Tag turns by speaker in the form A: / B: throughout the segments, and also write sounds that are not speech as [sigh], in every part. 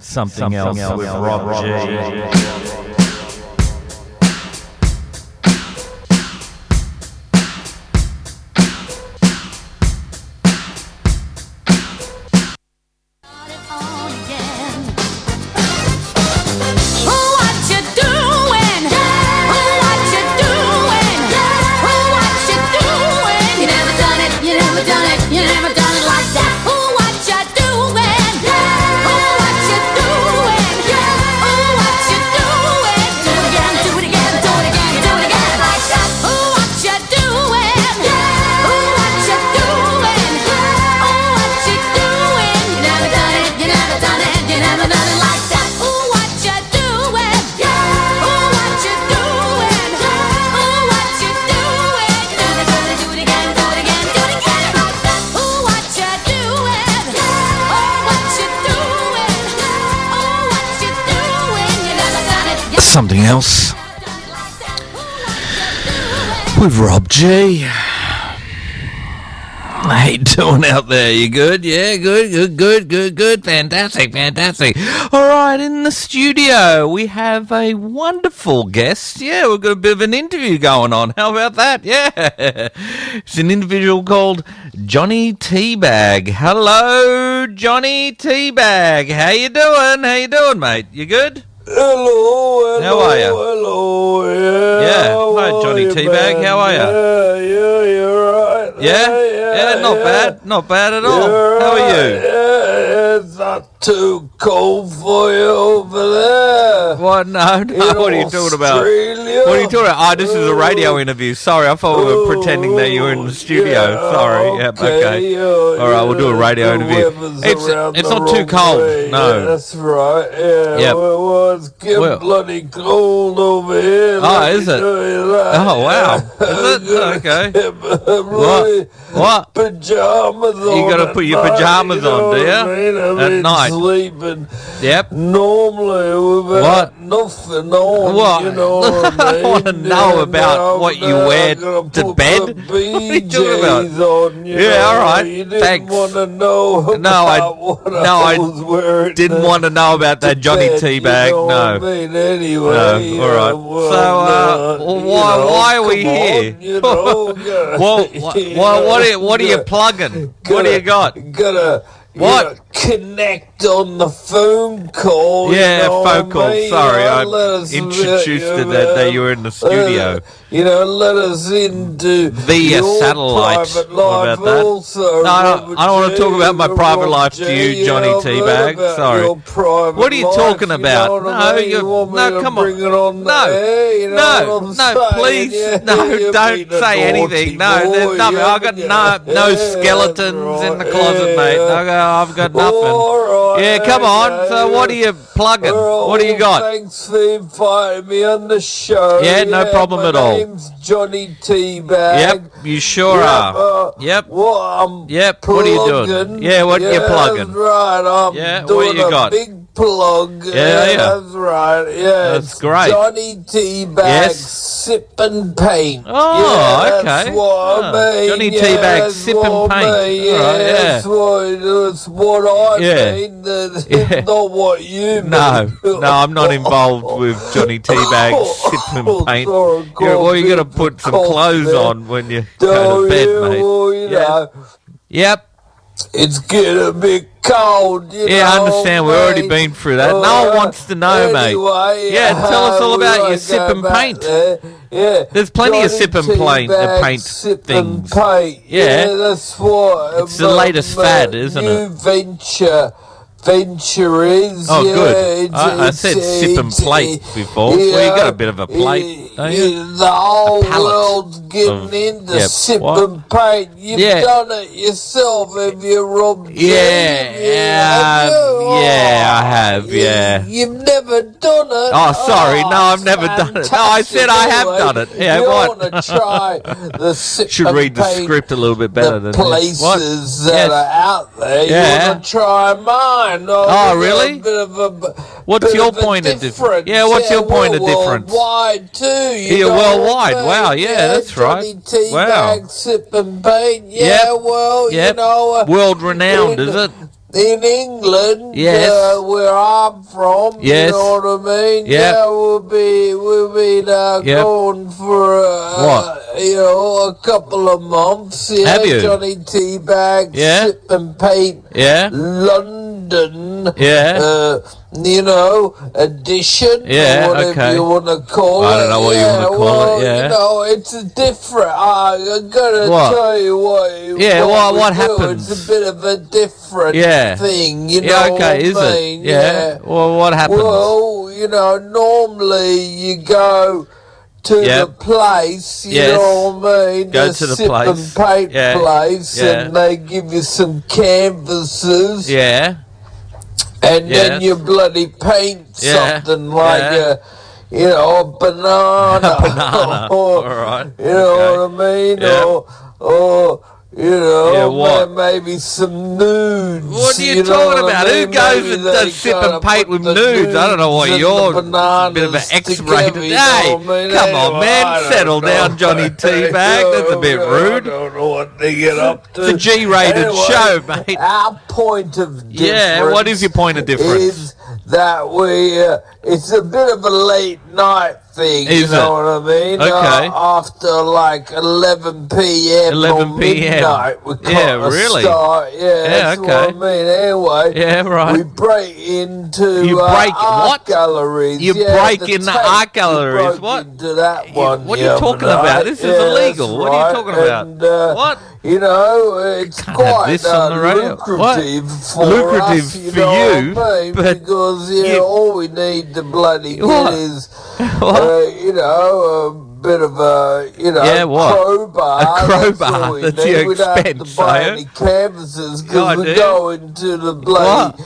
A: something, else, with Rob, J. something else with Rob G. How you doing out there? You good? Yeah, good, good, good, good, good. Fantastic, fantastic. All right, in the studio we have a wonderful guest. Yeah, we've got a bit of an interview going on. How about that? Yeah, [laughs] it's an individual called Johnny Teabag. Hello, Johnny Teabag. How you doing? How you doing, mate? You good?
B: Hello, hello,
A: How are you?
B: hello, yeah.
A: Yeah.
B: how
A: Hi,
B: are
A: Johnny
B: you,
A: Teabag,
B: man?
A: how are you?
B: Yeah, yeah, you're right.
A: Yeah,
B: yeah,
A: yeah, not
B: yeah.
A: bad, not bad at all.
B: You're
A: How are
B: right,
A: you?
B: Yeah, it's not too cold for you over there.
A: What? No, no.
B: In
A: What are you talking about?
B: Australia?
A: What are you talking about? Ah, this is a radio interview. Sorry, I thought we were pretending that you were in the studio.
B: Oh, Yeah,
A: Sorry. Yeah, okay. All right, we'll do a radio interview. It's- it's not too cold, no.
B: Yeah, that's right. Yeah.
A: Yep.
B: Well, well, it's getting
A: Well-
B: bloody cold over here.
A: Oh,
B: let me
A: is it?
B: tell you that.
A: Oh, wow.
B: [laughs]
A: Is it?
B: I'm
A: Okay.
B: gonna get my bloody
A: What? What?
B: Pajamas on.
A: gotta
B: at
A: put your
B: night,
A: pajamas
B: you know
A: on, do
B: what
A: ya?
B: I mean? I've
A: At
B: been
A: night.
B: Sleeping.
A: Yep.
B: Normally, we've
A: What?
B: had nothing on.
A: What?
B: You know
A: [laughs]
B: what I
A: I
B: mean?
A: wanna know
B: Yeah,
A: about
B: now-
A: what you
B: now
A: wear
B: I'm gonna
A: to
B: put
A: bed. [laughs]
B: the
A: What are you talking about?
B: BJs on, you
A: Yeah,
B: know,
A: all right.
B: You didn't
A: Thanks.
B: want to know about
A: No, I-
B: what
A: no,
B: I
A: I
B: was wearing.
A: Didn't
B: to-
A: want to know about
B: to
A: that Johnny
B: bed,
A: Teabag.
B: You
A: No.
B: know What I mean? Anyway,
A: No,
B: you
A: all right.
B: know, well,
A: So, uh,
B: no,
A: well,
B: you
A: why-
B: know,
A: why are we
B: come on,
A: here? [laughs]
B: you know, gotta-
A: Well,
B: [laughs]
A: what, what,
B: you
A: what, are, you-
B: know,
A: what are
B: [laughs]
A: you
B: gotta-
A: plugging? What do you got?
B: Gotta
A: What?
B: You know, connect on the phone call.
A: Yeah,
B: you know
A: phone
B: what
A: call.
B: I mean?
A: Sorry,
B: You know,
A: I
B: let us-
A: introduced
B: you Uh,
A: to
B: know,
A: that that you were in the studio.
B: you know, let us into
A: Via
B: your
A: satellite.
B: private
A: What
B: life
A: about that?
B: Also,
A: No, I don't-
B: Robert
A: I don't wanna
B: G,
A: talk about my private
B: Robert
A: life to
B: G,
A: you, Johnny
B: know, I've heard
A: Teabag.
B: about
A: Sorry.
B: your private
A: What are you
B: life,
A: talking
B: know
A: about?
B: what I
A: No,
B: mean?
A: you-
B: you want me
A: no,
B: to
A: come on.
B: bring it on the
A: No,
B: air, you know
A: no,
B: what I'm
A: no,
B: saying?
A: please,
B: Yeah,
A: no,
B: you've
A: don't
B: been a
A: say anything. No,
B: naughty boy,
A: there's nothing. I've got
B: haven't you?
A: no, no
B: Yeah,
A: skeletons in the
B: right,
A: closet,
B: yeah,
A: mate.
B: yeah.
A: I've got, I've got nothing.
B: All right,
A: Yeah, come on.
B: okay,
A: So what are
B: yeah.
A: you plugging?
B: Well,
A: What do you got?
B: Thanks for inviting me on the show.
A: Yeah, no problem
B: my
A: at all.
B: name's Johnny Teabag.
A: Yep, you sure
B: Yep,
A: are.
B: uh,
A: Yep.
B: What um, I'm
A: Yep, what are you doing?
B: plugging.
A: Yeah, what you
B: Yeah,
A: plugging?
B: That's right. I'm
A: Yeah,
B: doing
A: what you
B: a
A: got?
B: big plug. Yeah,
A: yeah.
B: that's right. Yeah,
A: That's
B: it's
A: great.
B: Johnny Teabag.
A: Yes.
B: Sip and paint.
A: Oh,
B: yeah,
A: okay.
B: That's what
A: Ah,
B: I mean.
A: Johnny
B: yeah,
A: Teabag,
B: that's
A: sip and
B: what I
A: paint.
B: mean,
A: All
B: Yeah,
A: right, yeah.
B: that's what, that's what I
A: Yeah.
B: mean. That's
A: Yeah.
B: [laughs] not what you mean.
A: [laughs] No, no, I'm not
B: [laughs]
A: [laughs] involved with Johnny Teabag sip and paint.
B: Sorry,
A: You're, well, you got to
B: coffee,
A: put some
B: coffee.
A: clothes on when you go
B: Don't
A: to
B: you,
A: bed, mate.
B: well, you
A: Yeah.
B: know,
A: Yep.
B: it's getting a bit cold. You
A: Yeah, I
B: know,
A: understand. We've
B: mate.
A: already been through that. No one
B: Uh,
A: wants to know, mate.
B: Oh anyway,
A: Yeah, tell us all
B: we
A: about your
B: won't
A: sip
B: go
A: and
B: back
A: paint.
B: there. Yeah,
A: There's plenty of sip and plain- uh,
B: Teabag
A: paint
B: sip
A: things.
B: And paint.
A: Yeah.
B: that's what. um,
A: It's the latest fad, isn't it?
B: New venture. Venture is.
A: Oh,
B: yeah,
A: good.
B: It's,
A: I, I
B: it's-
A: said sip and
B: it's-
A: plate before. Well, you got a bit of a plate,
B: it-
A: don't you?
B: it- The whole
A: palate
B: world's getting
A: of-
B: into
A: yeah,
B: sip
A: what?
B: and paint. You've
A: Yeah.
B: done it yourself, have you, Rob? G?
A: Yeah,
B: have you?
A: um, yeah,
B: Oh,
A: I have,
B: You-
A: yeah.
B: You've never done it.
A: Oh, sorry. No, I've never
B: it's
A: done it. No, I said I have
B: fantastic.
A: done it. Yeah,
B: you
A: what?
B: want to try
A: [laughs]
B: the sip
A: Should
B: and
A: read the
B: paint,
A: script a little bit better than
B: the
A: this. What?
B: places that
A: Yes.
B: are out there.
A: Yeah.
B: You want to try mine. Oh,
A: Oh,
B: we've got
A: really?
B: A bit of a, b-
A: What's
B: bit
A: your
B: of a
A: point of
B: difference?
A: dif- Yeah, what's your point
B: we're
A: of difference?
B: Worldwide too. You
A: Yeah,
B: know what I
A: worldwide.
B: mean?
A: Wow, yeah, that's right.
B: Johnny Teabag,
A: Wow.
B: sip and paint. Yeah,
A: Yep.
B: well,
A: Yep.
B: you know. uh,
A: World renowned,
B: in-
A: is it?
B: In England,
A: Yes.
B: uh, where I'm from,
A: Yes.
B: you know what I mean?
A: Yep.
B: Yeah, we'll be, we'll be uh,
A: Yep.
B: gone for, uh,
A: What?
B: you know, a couple of months. Yeah,
A: Have you?
B: Johnny Teabag,
A: Yeah.
B: Sip and Paint,
A: Yeah.
B: London,
A: Yeah.
B: uh, you know, edition,
A: Yeah,
B: or whatever
A: okay.
B: you want to call it.
A: I don't know what you
B: Yeah,
A: wanna call it,
B: well,
A: yeah.
B: you know, it's a different. I, I'm gonna
A: What?
B: tell you what.
A: Yeah, well,
B: we
A: what
B: do.
A: happens?
B: It's a bit of a different
A: Yeah.
B: thing, you
A: Yeah,
B: know.
A: okay, is
B: what I mean?
A: it? Yeah. Well, what happens?
B: Well, you know, normally you go to
A: Yep.
B: the place, you
A: Yes.
B: know what I mean?
A: Go to the
B: sip
A: place.
B: and paint
A: Yeah.
B: place,
A: Yeah.
B: and they give you some canvases,
A: yeah.
B: and
A: Yes.
B: then you bloody paint
A: Yeah.
B: something like
A: Yeah.
B: a, you know, a
A: [laughs]
B: banana. [laughs]
A: Banana.
B: or,
A: All right.
B: You know
A: Okay.
B: what I mean?
A: Yeah.
B: Or, or, you know,
A: Yeah, what?
B: ma- maybe some nudes.
A: What are you,
B: know
A: talking
B: what I
A: about? Who
B: mean?
A: goes
B: Maybe
A: and
B: they
A: does sip
B: kinda
A: and paint
B: put
A: with
B: the
A: nudes? I don't know what
B: nudes and
A: you're.
B: the bananas
A: bit of an X-rated.
B: together,
A: Hey,
B: you know what I mean?
A: come on,
B: Anyway,
A: man,
B: I don't
A: settle down,
B: know.
A: Johnny Teabag. That's a bit rude.
B: I don't know what they get up to.
A: It's a G-rated show, mate.
B: Our point of difference
A: Yeah. What is your point of difference?
B: is that we uh, it's a bit of a late night thing
A: Is
B: you know
A: it?
B: what i mean
A: Okay.
B: uh, after like 11 p.m
A: 11 p.m..
B: or midnight we
A: Yeah,
B: can't
A: really?
B: start. yeah, that's
A: okay.
B: what i mean anyway
A: Yeah. Right.
B: we break into
A: You
B: uh,
A: break-
B: art
A: what?
B: galleries.
A: You
B: yeah,
A: break in the
B: tape.
A: art
B: We
A: galleries,
B: broke
A: what?
B: Into that
A: You-
B: one.
A: what are
B: the
A: you
B: other
A: talking about?
B: night.
A: This is
B: Yeah,
A: illegal.
B: that's
A: What are you
B: right.
A: talking about?
B: And, uh,
A: What?
B: You know, it's
A: Can't have
B: quite
A: this
B: uh,
A: on the radio. What?
B: lucrative for
A: Lucrative
B: us, you
A: for
B: know
A: you,
B: what I mean?
A: but
B: because you
A: you-
B: know, all we need to bloody
A: What?
B: get is,
A: [laughs] What?
B: uh, you know, a bit of a you know
A: Yeah, what?
B: crowbar.
A: A
B: That's all
A: crowbar.
B: we
A: That's
B: need.
A: your
B: we don't
A: expense,
B: have to buy
A: are you?
B: any canvases
A: Yeah, I
B: because
A: do.
B: we're going to the bloody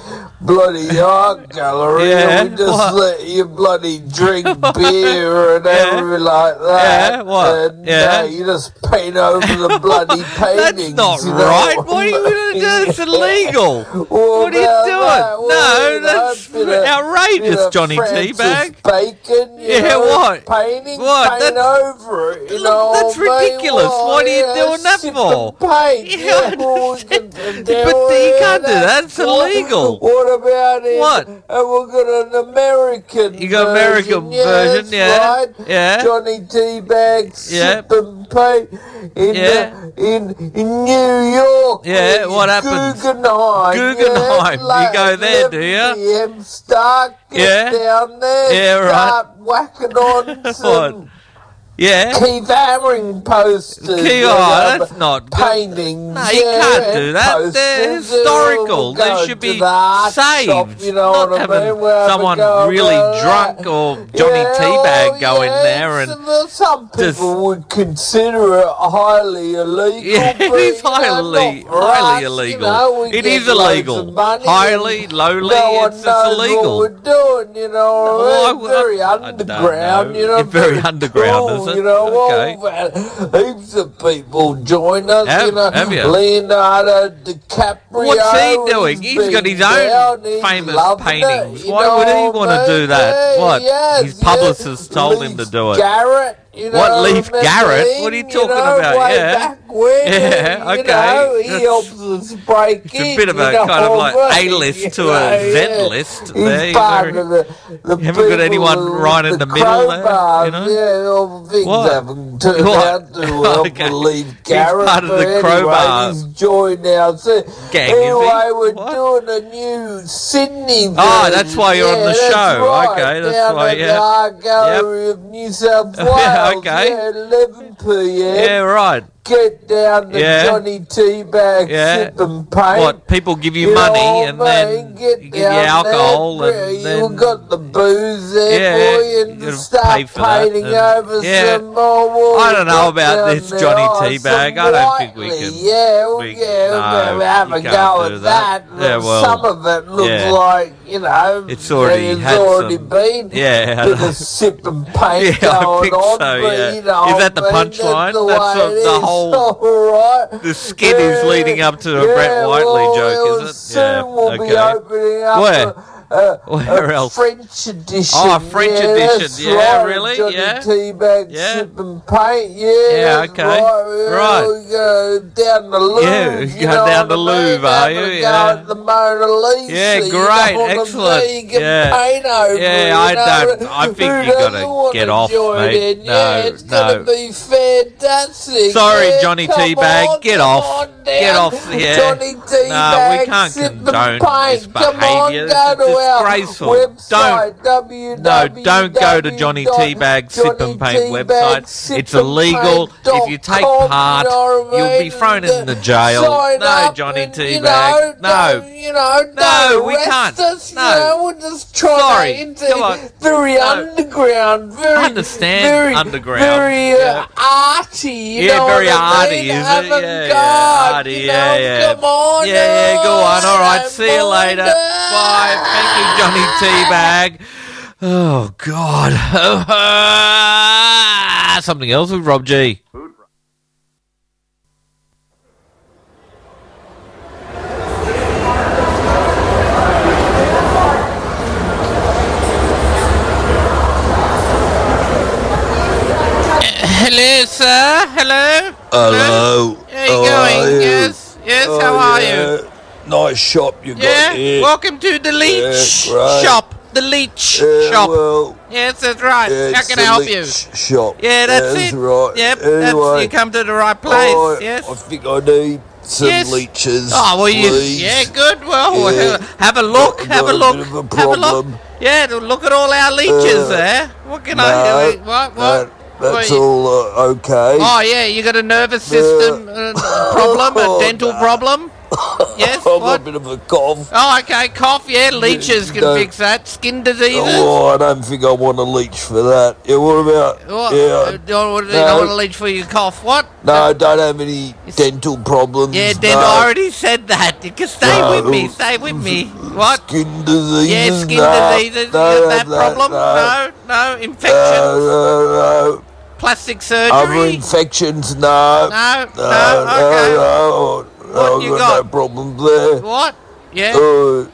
A: [laughs]
B: bloody art gallery
A: Yeah,
B: and we just
A: what?
B: let you bloody
A: [laughs]
B: drink beer and
A: Yeah.
B: everything like that.
A: Yeah, what?
B: And,
A: Yeah.
B: uh, you just paint over
A: [laughs]
B: the bloody
A: That's
B: paintings.
A: not
B: you know
A: right.
B: what
A: What are you
B: I
A: going to
B: [laughs]
A: do? It's
B: mean?
A: illegal.
B: Well,
A: What are you
B: now
A: doing?
B: that- well,
A: No,
B: you know,
A: that's
B: bit of-
A: outrageous,
B: bit of
A: Johnny
B: Francis
A: Teabag.
B: Bacon, you
A: Yeah,
B: know,
A: what?
B: Painting,
A: What?
B: paint
A: That's-
B: over it, you
A: Look,
B: know.
A: that's
B: what I mean?
A: ridiculous.
B: Well,
A: What are you
B: yeah,
A: doing that
B: sip
A: for?
B: and Paint.
A: [laughs] Yeah, I
B: Yeah, well, we can-
A: understand.
B: yeah,
A: [laughs] But you
B: yeah,
A: can't do that. That's
B: what-
A: illegal.
B: What about it?
A: What?
B: And we've got an American
A: You got American
B: version, yeah,
A: version,
B: that's
A: yeah,
B: right.
A: yeah.
B: Johnny Teabag,
A: Yeah.
B: sip and paint in,
A: Yeah.
B: the, in, in New York.
A: Yeah,
B: in
A: what happens?
B: Guggenheim.
A: Guggenheim.
B: Yeah,
A: You go there, do ya?
B: 11 PM start, get
A: Yeah.
B: down there.
A: Yeah, right.
B: Start
A: [laughs]
B: whacking on some
A: Yeah.
B: Keith Hammering posters.
A: Keith-
B: you
A: oh,
B: know,
A: that's not good.
B: Paintings.
A: No, you
B: yeah,
A: can't do
B: and
A: that. They're
B: posters. They'll
A: historical. They
B: go
A: should
B: to
A: be
B: the art
A: saved.
B: Shop, you know
A: Not
B: what I
A: having
B: mean? We'll have a
A: someone
B: go
A: really
B: about
A: drunk
B: that.
A: or Johnny Teabag go in
B: yeah,
A: there
B: it's-
A: and-
B: well, some people
A: just-
B: would consider it highly
A: [laughs] [laughs]
B: illegal.
A: Yeah, it
B: but,
A: is
B: you know,
A: highly,
B: not
A: highly
B: right,
A: illegal.
B: You know, we
A: it
B: get
A: is
B: loads
A: illegal.
B: of money
A: Highly,
B: and
A: lowly,
B: no one
A: it's, it's
B: knows
A: illegal.
B: what we're doing. You know,
A: Well, I
B: we're
A: would-
B: very
A: I don't
B: underground.
A: know.
B: You know,
A: You're very underground,
B: cool,
A: is it?
B: You know,
A: Okay.
B: all the- heaps of people join us.
A: Have-
B: you know,
A: have you?
B: Leonardo DiCaprio.
A: What's he doing?
B: he's
A: He's got
B: been
A: his own
B: down, he's
A: famous
B: loving it,
A: paintings.
B: you
A: Why
B: know
A: would he
B: what I
A: wanna do
B: mean?
A: that?
B: Yeah,
A: What?
B: yes,
A: His
B: yeah.
A: publicist told him to
B: Leif
A: do it.
B: Garrett. You know,
A: What, Leif
B: remember
A: Garrett?
B: him,
A: What are you
B: know,
A: talking about?
B: Way
A: Yeah.
B: back
A: [laughs] Yeah,
B: when, you
A: okay.
B: know,
A: That's-
B: he helps us break
A: It's a
B: in,
A: bit of
B: you
A: a
B: know
A: kind of
B: what
A: like
B: I mean?
A: A list to
B: Yeah,
A: a Z
B: yeah.
A: list.
B: He's
A: There,
B: part
A: very-
B: of the, the
A: Haven't got
B: people
A: anyone
B: with
A: right in the middle there, you
B: crowbars,
A: know?
B: Yeah, all the things
A: What?
B: haven't turned
A: [laughs] What?
B: out too well
A: Okay.
B: for Leaf
A: He's
B: Garrett.
A: part of
B: but
A: the
B: anyway,
A: crowbar
B: He's joined our se-
A: gang, is he?
B: Anyway, we're
A: What?
B: doing a new Sydney.
A: Oh,
B: version.
A: that's why you're on
B: Yeah,
A: the
B: that's
A: show.
B: right,
A: Okay, that's
B: down
A: why,
B: at
A: yeah.
B: the Art Gallery of New South Wales.
A: [laughs] Yeah, okay.
B: Yeah, 11 p.m.
A: yeah, right.
B: Get down the
A: Yeah.
B: Johnny Teabag
A: Yeah.
B: sip and paint.
A: What people give you,
B: You
A: money
B: know,
A: and
B: mate,
A: then
B: get
A: you give you
B: down there,
A: alcohol
B: yeah,
A: and then
B: you got the booze there
A: Yeah,
B: for you
A: you
B: and
A: gotta
B: start
A: pay for that
B: painting
A: and-
B: over
A: yeah.
B: some more water.
A: I don't know
B: Get
A: about
B: down
A: this
B: there,
A: Johnny
B: oh,
A: Teabag.
B: some
A: I don't think we
B: whiteley.
A: can-
B: Yeah, well,
A: we-
B: yeah,
A: no,
B: we're gonna have
A: you
B: a
A: can't
B: go
A: do
B: at
A: that.
B: that.
A: Yeah, well,
B: some of it looks
A: yeah.
B: like you know
A: It's already
B: it's
A: had
B: already
A: some-
B: been
A: yeah, I
B: bit
A: know.
B: of sip and paint
A: Yeah, I
B: going
A: think
B: on.
A: so,
B: but,
A: yeah.
B: you know,
A: Is that the
B: I mean,
A: punchline?
B: the
A: That's
B: way
A: what
B: it
A: the
B: is.
A: whole-
B: [laughs] All
A: [laughs]
B: right.
A: The skit is leading up to a Brett Whiteley joke, is it?
B: Soon
A: Yeah,
B: uh, we'll
A: okay.
B: be opening up uh,
A: Where?
B: a-
A: [laughs] Where else?
B: French edition.
A: Oh, French
B: yeah,
A: edition.
B: that's
A: Yeah,
B: right.
A: really?
B: Johnny
A: Yeah.
B: Teabag,
A: Yeah.
B: sip and paint. Yeah,
A: Yeah,
B: that's
A: okay.
B: Right.
A: Right.
B: We go down the Louvre.
A: Yeah,
B: you
A: go down
B: know what
A: the
B: I mean?
A: Louvre,
B: Have
A: are
B: a
A: you?
B: go
A: Yeah.
B: at the Mona Lisa.
A: Yeah,
B: you know
A: great,
B: what I mean?
A: excellent.
B: You can
A: Yeah.
B: paint over
A: Yeah,
B: it,
A: I
B: you
A: don't-
B: know?
A: I think
B: Who
A: you gotta
B: doesn't wanna
A: get off,
B: join
A: mate.
B: In? yeah,
A: No,
B: it's gonna
A: no.
B: be fantastic.
A: Sorry,
B: yeah,
A: Johnny
B: come
A: Teabag,
B: on,
A: get
B: come
A: off.
B: on
A: Get
B: down.
A: off, yeah.
B: Johnny Teabag,
A: No, we can't
B: sip the
A: condone
B: paint.
A: this
B: Come on,
A: behaviour.
B: go
A: This is
B: to our
A: disgraceful.
B: website, www.
A: No, don't go to Johnny Teabag's Sip and Paint website. It's illegal. If you take part, you'll be thrown in the jail. No, Johnny Teabag. No.
B: You know,
A: No,
B: don't
A: we
B: arrest
A: can't.
B: Us,
A: No.
B: You know, we're just trying
A: Sorry.
B: to into
A: Come on.
B: very
A: No.
B: underground, very,
A: I understand
B: very,
A: underground.
B: very uh,
A: Yeah.
B: arty. You
A: Yeah,
B: know
A: very
B: what I
A: arty,
B: mean?
A: is it?
B: Avant-garde,
A: Yeah, yeah, arty,
B: you
A: yeah,
B: know,
A: yeah.
B: Come on,
A: Yeah, yeah, go on. All right,
B: I'm
A: see you later.
B: bored.
A: Bye. Thank you, Johnny Teabag.
B: [laughs]
A: Oh, God. [laughs] Something else with Rob G. Hello, sir. Hello.
B: Hello.
A: How you
B: How
A: going?
B: are you?
A: Yes. Yes,
B: Oh,
A: how are you?
B: yeah. Nice shop you
A: Yeah,
B: got here.
A: welcome to the leech
B: Yeah, right.
A: shop. The leech
B: Yeah,
A: shop.
B: Well,
A: yes, that's right.
B: yeah,
A: How
B: it's
A: can
B: the
A: I help
B: leech
A: you?
B: Shop.
A: Yeah, that's, it.
B: right.
A: Yep, that's,
B: Anyway,
A: you come to the right place.
B: I,
A: yes.
B: I think I need some
A: Yes.
B: leeches.
A: oh, well, you,
B: please.
A: yeah, good. Well,
B: Yeah.
A: have a look.
B: Got-
A: Have a
B: got a
A: look.
B: bit of a
A: have a look.
B: problem.
A: Yeah, look at all our leeches
B: Uh,
A: there. What can
B: No,
A: I do? What? What?
B: that- that's
A: What-
B: all uh, okay.
A: Oh yeah, you got a nervous system uh,
B: [laughs]
A: problem, a dental problem. Yes,
B: I've got
A: Oh, what?
B: Oh, a bit of a cough.
A: Oh, okay, cough. Yeah, leeches can
B: Don't-
A: fix that. Skin diseases.
B: Oh, I don't think I want a leech for that. Yeah, what about?
A: What? Uh,
B: Yeah,
A: You don't, want- you
B: No.
A: don't want to leech for your cough. What?
B: no, I don't have any dental problems.
A: Yeah, then
B: no.
A: I already said that. You can stay
B: No.
A: with me. Stay with
B: [laughs]
A: me. What?
B: Skin diseases.
A: Yeah, skin
B: no,
A: diseases.
B: no,
A: you got
B: have
A: that problem?
B: No,
A: No, no. Infection.
B: Uh, no, no, no.
A: Plastic
B: Other
A: surgery.
B: infections? No.
A: No,
B: No,
A: no, okay.
B: no, no.
A: What
B: I've
A: you
B: got,
A: got?
B: no problems there.
A: What? Yeah.
B: Uh,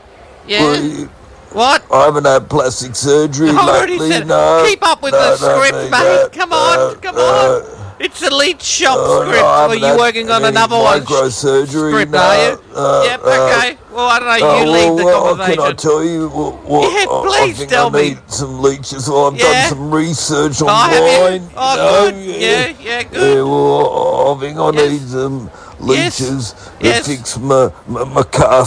A: Yeah.
B: well,
A: What?
B: I haven't had plastic surgery
A: I already
B: lately.
A: said.
B: no,
A: Keep up with
B: no,
A: the
B: I don't
A: script, mate.
B: need that.
A: come
B: No,
A: on, come
B: no.
A: on. It's the leech shop
B: No, no,
A: script.
B: I
A: Are
B: haven't
A: you
B: had
A: working on
B: any
A: another one?
B: Microsurgery.
A: script,
B: no,
A: are you?
B: no,
A: yep,
B: no.
A: okay. Well, I don't know.
B: No,
A: you
B: well,
A: lead the
B: uh, well,
A: conversation.
B: Can I tell you what? what
A: Yeah,
B: I- I,
A: please
B: think
A: tell
B: I
A: me.
B: need some leeches. Well, I've
A: Yeah.
B: done some research
A: Oh, have
B: online.
A: you? Oh,
B: no,
A: good. Yeah, yeah,
B: Yeah,
A: good.
B: well, I think I
A: Yes.
B: need some
A: Yes.
B: leeches that
A: Yes.
B: fix my, my, my car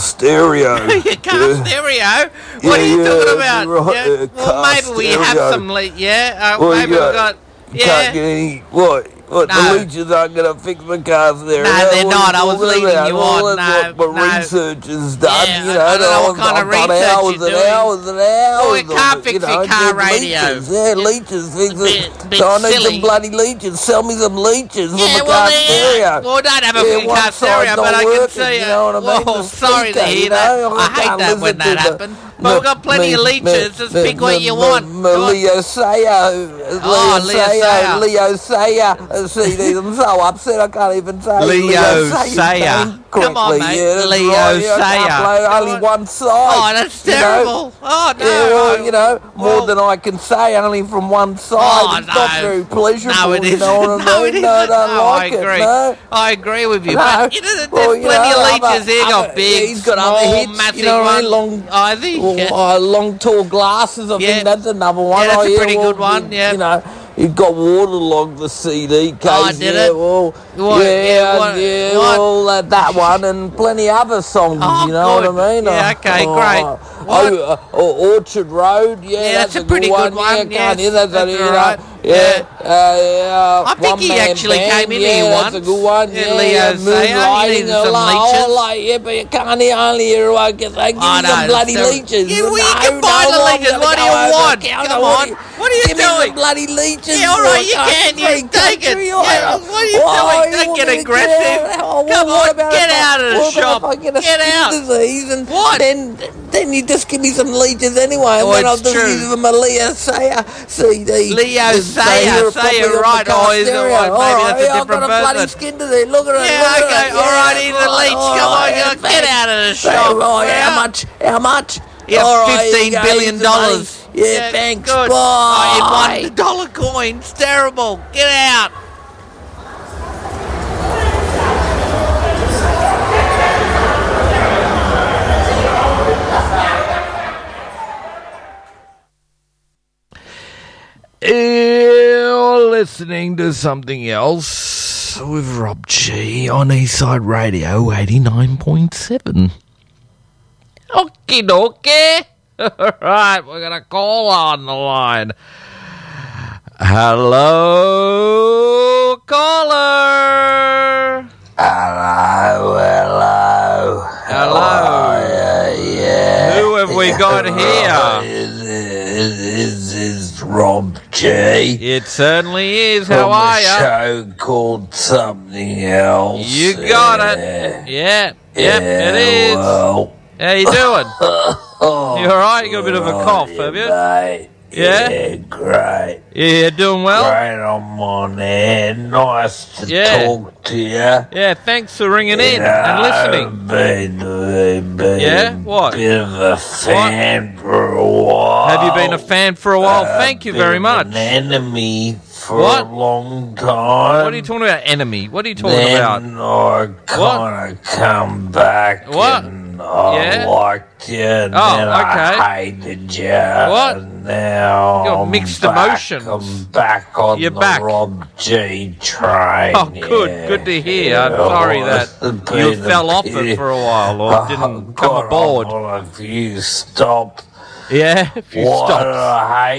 A: [laughs]
B: stereo.
A: Your car
B: Yeah.
A: stereo? What are
B: Yeah,
A: you
B: yeah,
A: talking about?
B: right,
A: yeah.
B: uh,
A: Well,
B: car
A: maybe we have
B: stereo.
A: some. Le- yeah, uh,
B: Well,
A: maybe
B: you
A: we've
B: got-
A: got.
B: You can't get
A: Yeah.
B: any. What? What?
A: No.
B: The leeches aren't going to fix my car stereo.
A: No, they're
B: What are you
A: not. I was
B: talking
A: leading
B: about?
A: you
B: All
A: on.
B: that's
A: No,
B: what my
A: no.
B: research has done.
A: Yeah,
B: you
A: I-
B: know,
A: I don't know what
B: I've,
A: kind of
B: I've
A: research
B: done hours
A: you're
B: and
A: doing.
B: hours and hours.
A: Well, it
B: on
A: can't
B: it,
A: fix
B: you know,
A: your
B: I
A: car
B: need
A: radio.
B: Leeches. Yeah, leeches fix
A: Bit-
B: it.
A: bit
B: so I need
A: silly.
B: some bloody leeches. Sell me some leeches
A: Yeah,
B: for my
A: well,
B: car
A: there.
B: stereo.
A: Well, I don't have a
B: Yeah,
A: fucking
B: one
A: car stereo,
B: side's
A: but
B: not
A: I can
B: working,
A: see
B: you
A: it.
B: know what I mean?
A: Whoa,
B: The
A: sorry to
B: speaker,
A: hear
B: you
A: that.
B: know,
A: I
B: I
A: hate
B: can't
A: that when
B: listen
A: that
B: to the-
A: happens. But we've got plenty of
B: me-
A: leeches. Just
B: me-
A: pick what
B: me-
A: you
B: me-
A: want.
B: me-
A: Go on.
B: Leo Sayer.
A: Oh, Leo Sayer.
B: Leo Sayer. See, these- I'm so upset I can't even say
A: Leo Sayer.
B: name
A: Come on,
B: correctly.
A: mate,
B: Yeah, that's
A: Leo
B: right. Yeah, I can't
A: Sayer.
B: play
A: Come
B: Only
A: on.
B: one side.
A: Oh, that's
B: you know.
A: terrible. Oh, no.
B: Yeah, well, you know, more
A: Well-
B: than I can say, only from one side.
A: Oh,
B: it's not
A: no.
B: very pleasurable,
A: No, it
B: you
A: isn't.
B: know what
A: [laughs]
B: I
A: No, it isn't.
B: mean? No, I don't
A: No,
B: like
A: I agree.
B: it, no.
A: I agree with you.
B: No.
A: But you know, there's
B: Well, you
A: plenty
B: know,
A: of leeches
B: other-
A: here.
B: other-
A: Got big,
B: yeah, he's got
A: small,
B: other hits,
A: massive
B: you know what I
A: ones.
B: mean? Long-
A: I think.
B: Well,
A: yeah.
B: uh, long tall glasses. I
A: Yeah.
B: think that's another one.
A: that's
B: oh,
A: a
B: yeah,
A: pretty
B: well,
A: good one,
B: you-
A: yeah.
B: You know, it got waterlogged the CD case.
A: Oh, did
B: yeah,
A: it?
B: Well,
A: What-
B: yeah,
A: yeah, what-
B: yeah,
A: what-
B: well, that, that one and plenty other songs.
A: Oh,
B: you know
A: good.
B: what I mean?
A: Yeah, okay,
B: oh,
A: great.
B: Oh,
A: What-
B: uh, oh, Orchard Road. Yeah,
A: Yeah, that's a pretty
B: good
A: good one,
B: Yeah, can't
A: yes,
B: hear that,
A: that's
B: you know.
A: all right.
B: Yeah, uh, yeah.
A: I think he
B: one-man
A: actually
B: band,
A: came in
B: yeah,
A: here
B: that's
A: once.
B: a good one.
A: Yeah,
B: Yeah,
A: Leo
B: yeah,
A: Sayer, he
B: moonlighting,
A: needed some
B: a lot,
A: leeches.
B: all like, oh, yeah, but you can't hear only hear what I can say. Give
A: Oh,
B: me some
A: no,
B: bloody
A: sorry.
B: leeches.
A: Yeah, well, you
B: No,
A: can buy
B: no,
A: the
B: I'm
A: leeches.
B: gonna
A: What do
B: go
A: you
B: over
A: want?
B: the counter.
A: Come
B: What
A: on.
B: do you-
A: What are you
B: Give me some
A: doing?
B: bloody leeches.
A: Yeah, all right,
B: for
A: you
B: a
A: can. You
B: country,
A: take it.
B: country,
A: Yeah,
B: all right.
A: what are you
B: Why
A: doing? Don't get
B: you want me to
A: aggressive.
B: out? Oh,
A: Come
B: what
A: on,
B: about
A: get
B: if I-
A: out of the
B: what about
A: shop.
B: if I get a
A: Get
B: skin
A: out.
B: disease and
A: What?
B: Then, then you just give me some leeches anyway, and
A: Oh,
B: then I'll
A: it's
B: just
A: true.
B: use them a Leo Sayer CD.
A: Leo
B: Just say
A: Sayer,
B: you're a
A: Sayer,
B: puppy on the
A: right,
B: car
A: oh, is it
B: stereo.
A: right? Maybe
B: All
A: that's a
B: right, I've
A: different
B: got a bloody
A: person.
B: skin disease. Look at it.
A: Yeah,
B: look at
A: okay.
B: it.
A: All right,
B: Yeah,
A: he's a leech.
B: all
A: Come on,
B: right,
A: you
B: yeah,
A: get out of the
B: Say,
A: shop.
B: well,
A: Yeah.
B: how much? How much?
A: Yeah,
B: All right,
A: fifteen
B: guys,
A: billion dollars.
B: mate. Yeah, thanks.
A: Good. I
B: Bye.
A: won the dollar coin. It's terrible. Get out. You're listening to something else with Rob G on Eastside Radio 89.7. Okie dokie. [laughs] Alright, we're gonna call on the line. Hello, caller.
B: Hello, hello.
A: Hello.
B: Uh, yeah.
A: Who have we
B: [laughs]
A: got here?
B: Is, is, is, is Rob G.
A: It certainly is.
B: from
A: How are
B: the
A: you?
B: show called Something Else.
A: You got
B: Yeah.
A: it. Yeah. Yep,
B: Yeah,
A: it is.
B: Well,
A: How you doing?
B: [laughs] oh,
A: You all right? You got a bit of a cough, have you?
B: Mate.
A: Yeah?
B: great.
A: Yeah, doing well.
B: Great, I'm on air. Nice to
A: Yeah.
B: talk to you.
A: Yeah, thanks for ringing in and
B: Yeah,
A: listening.
B: I've been, been, been
A: Yeah? What?
B: a bit of a fan for a while.
A: Have you been a fan for a while? Thank you
B: Uh, Been
A: very much.
B: An enemy for
A: What?
B: a long time.
A: What are you talking about, enemy? What are you talking about?
B: Then I kind of come back.
A: What?
B: And I
A: Yeah?
B: liked you. And
A: Oh,
B: then
A: okay.
B: I hated you.
A: What?
B: And now
A: You got
B: I'm
A: mixed
B: back.
A: emotions.
B: I'm back on
A: You're
B: the
A: back.
B: Rob G train.
A: Oh, good.
B: yeah.
A: Good to hear. I'm sorry that you
B: Been a
A: fell off
B: bit-
A: it for a while or
B: Oh,
A: didn't come
B: God,
A: aboard.
B: I'm on a few stops.
A: Yeah, [laughs] a few
B: Why do
A: stops.
B: I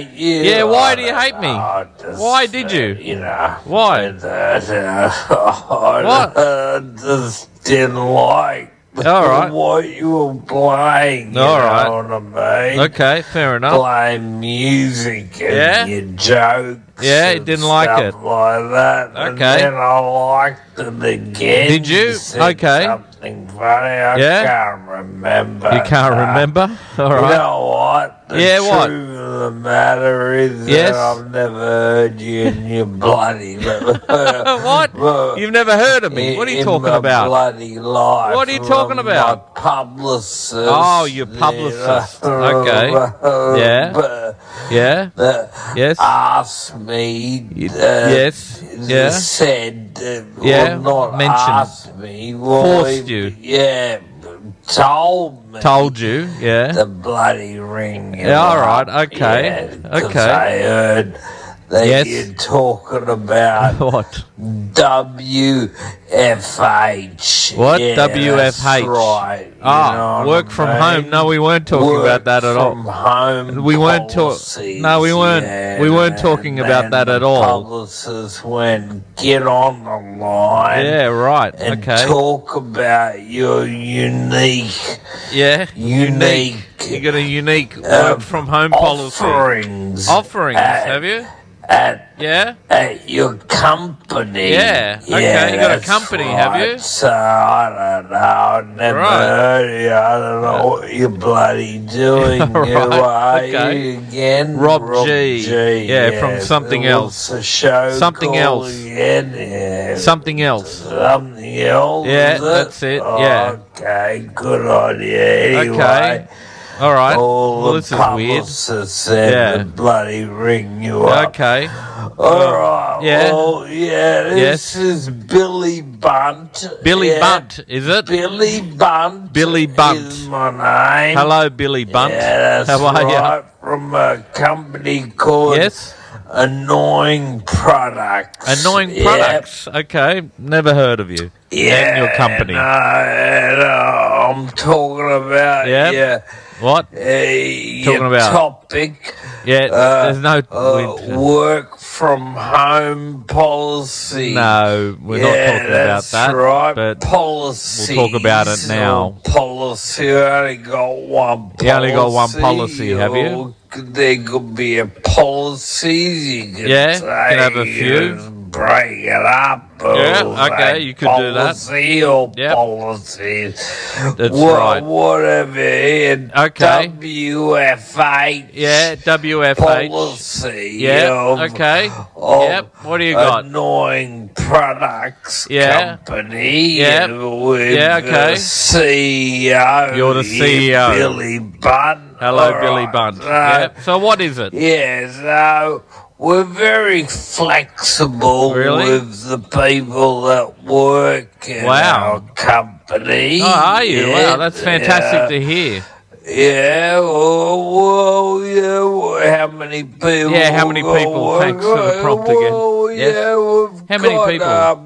B: hate you?
A: Yeah, why do you
B: I
A: hate
B: don't
A: me?
B: know, I just,
A: Why did you?
B: uh, You know.
A: Why?
B: and, [laughs] uh, I
A: What?
B: uh, just didn't like
A: All right.
B: what you were playing. You
A: All
B: know
A: right.
B: what I mean?
A: Okay, fair enough.
B: Playing music and
A: Yeah?
B: your jokes.
A: Yeah, you
B: and
A: didn't like
B: stuff
A: it.
B: Like that. And
A: Okay.
B: then I liked it again.
A: Did you?
B: said
A: Okay.
B: Something funny. I
A: Yeah?
B: can't remember. Uh,
A: You can't
B: now.
A: remember? [laughs] All
B: You
A: right.
B: know what? The
A: Yeah,
B: truth
A: what?
B: of the matter is
A: Yes?
B: that I've never heard you in
A: [laughs]
B: your bloody
A: Oh, What? You've never heard of me. What are you
B: in
A: talking
B: my
A: about?
B: Bloody life.
A: What are you talking
B: I'm
A: about?
B: My publicist.
A: Oh, your publicist.
B: you know,
A: Okay. Yeah.
B: but,
A: Yeah?
B: uh,
A: Yes?
B: Asked me. Uh,
A: Yes? Yeah?
B: Said. Uh,
A: Yeah,
B: Well, not
A: mentioned.
B: asked me. well,
A: Forced
B: he-
A: you.
B: Yeah. Told me
A: Told you. Yeah.
B: the bloody ring. you
A: Yeah, all
B: know.
A: right, okay,
B: Yeah, 'cause
A: okay.
B: I heard that
A: Yes.
B: you're talking
A: [laughs]
B: about
A: What?
B: WFH.
A: What?
B: Yeah,
A: WFH?
B: That's right. you know
A: Ah,
B: what
A: work
B: I
A: from
B: mean?
A: home. No, we weren't talking
B: Work
A: about that at all.
B: From home.
A: We weren't talk-
B: policies,
A: no, we weren't-
B: yeah,
A: we weren't talking
B: and
A: about that
B: then
A: at
B: the
A: all.
B: Publicists went get on the line.
A: Yeah, right.
B: And
A: Okay.
B: talk about your unique,
A: Yeah.
B: unique,
A: You got a unique work from home policy.
B: Uh, offerings. Uh,
A: Offerings,
B: at-
A: have you?
B: at,
A: Yeah.
B: at your company.
A: Yeah, okay, you got a
B: that's
A: company, have you?
B: right. So I don't know. I never
A: Right.
B: heard of you. I don't know what you're bloody
A: [laughs]
B: doing.
A: Right,
B: You are
A: okay.
B: you again,
A: Rob G. Yeah, from something
B: what's the show
A: Something
B: called
A: else.
B: Again? Yeah.
A: Something else.
B: Something else.
A: Yeah,
B: is
A: that's it, yeah.
B: Okay, good on you. Anyway,
A: Okay. All right.
B: All
A: well,
B: the
A: this is weird.
B: publicists said
A: Yeah.
B: the bloody ring you up.
A: Okay. Um,
B: All right.
A: Yeah.
B: Well, yeah.
A: Yes.
B: This is Billy Bunt.
A: Billy
B: yeah.
A: Bunt, is it?
B: Billy Bunt.
A: Billy Bunt.
B: is my name.
A: Hello, Billy Bunt.
B: Yeah, that's
A: How are
B: right. From a company called
A: you? Yes.
B: Annoying Products.
A: Annoying
B: Yeah,
A: products. Okay. Never heard of you.
B: Yeah.
A: And your company.
B: And, uh, and, uh, I'm talking about
A: Yeah.
B: yeah,
A: What?
B: uh, your
A: Talking about-
B: topic.
A: Yeah.
B: Uh,
A: there's no. we-
B: Uh, work from home policy.
A: no, we're
B: yeah,
A: not talking about
B: that's
A: that.
B: Right.
A: But
B: policy.
A: about it now.
B: Policy. You only got one. Policy.
A: You only got one policy, have you?
B: Or There could be a policy. You could
A: Yeah, you
B: say
A: could have a few.
B: just Break it up. or
A: Yeah, okay,
B: say
A: you could do that.
B: Policy or
A: Yep.
B: policies.
A: That's
B: Wha-
A: right.
B: Whatever. And
A: Okay.
B: WFH.
A: yeah, WFH.
B: Policy.
A: Yeah.
B: of-
A: Okay.
B: of
A: Yep. What do you got?
B: Annoying products
A: Yeah.
B: company.
A: Yep.
B: With
A: Yeah, okay.
B: The CEO.
A: You're the
B: here,
A: CEO.
B: Billy Bunn.
A: Hello,
B: All
A: Billy
B: right,
A: Bunt.
B: so-
A: Yep. So what is it?
B: Yeah, so we're very flexible
A: Really?
B: with the people that work in
A: Wow.
B: our company.
A: Oh, are you?
B: Yeah,
A: Wow, that's fantastic to hear.
B: Yeah, well, well yeah, how many people?
A: Yeah, how many people?
B: work-
A: Thanks for the prompt again.
B: Well,
A: Yes.
B: yeah, we've
A: How many
B: got,
A: people?
B: Um,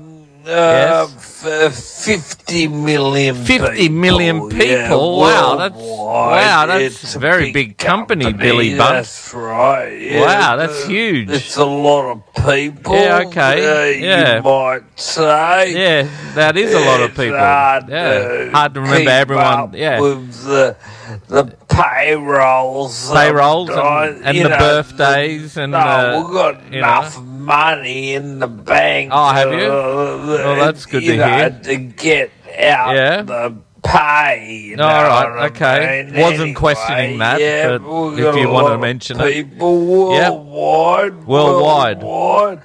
B: uh, f- 50 million
A: 50 million people.
B: yeah,
A: wow, that's
B: worldwide.
A: wow, that's
B: It's
A: a very big, company, Billy Bunt.
B: That's right. yeah.
A: Wow, that's huge.
B: It's a lot of people.
A: Yeah, okay,
B: uh,
A: yeah.
B: You might say.
A: Yeah, that is a lot of
B: It's
A: people.
B: Hard,
A: yeah.
B: uh,
A: hard to
B: keep
A: remember
B: up
A: everyone. Yeah.
B: With the, the payrolls.
A: Payrolls and,
B: sometimes,
A: and
B: you
A: the
B: know,
A: birthdays and
B: No,
A: uh,
B: we've got
A: you know.
B: enough money in the bank.
A: Oh, have you?
B: uh,
A: Well, that's good
B: you
A: to
B: know,
A: hear.
B: To get out
A: Yeah.
B: the pay. You know
A: All right,
B: what I
A: okay.
B: mean?
A: Wasn't questioning that,
B: yeah,
A: but
B: we've
A: if
B: got
A: you
B: a
A: wanna
B: lot of
A: mention it.
B: people worldwide,
A: Worldwide.
B: worldwide.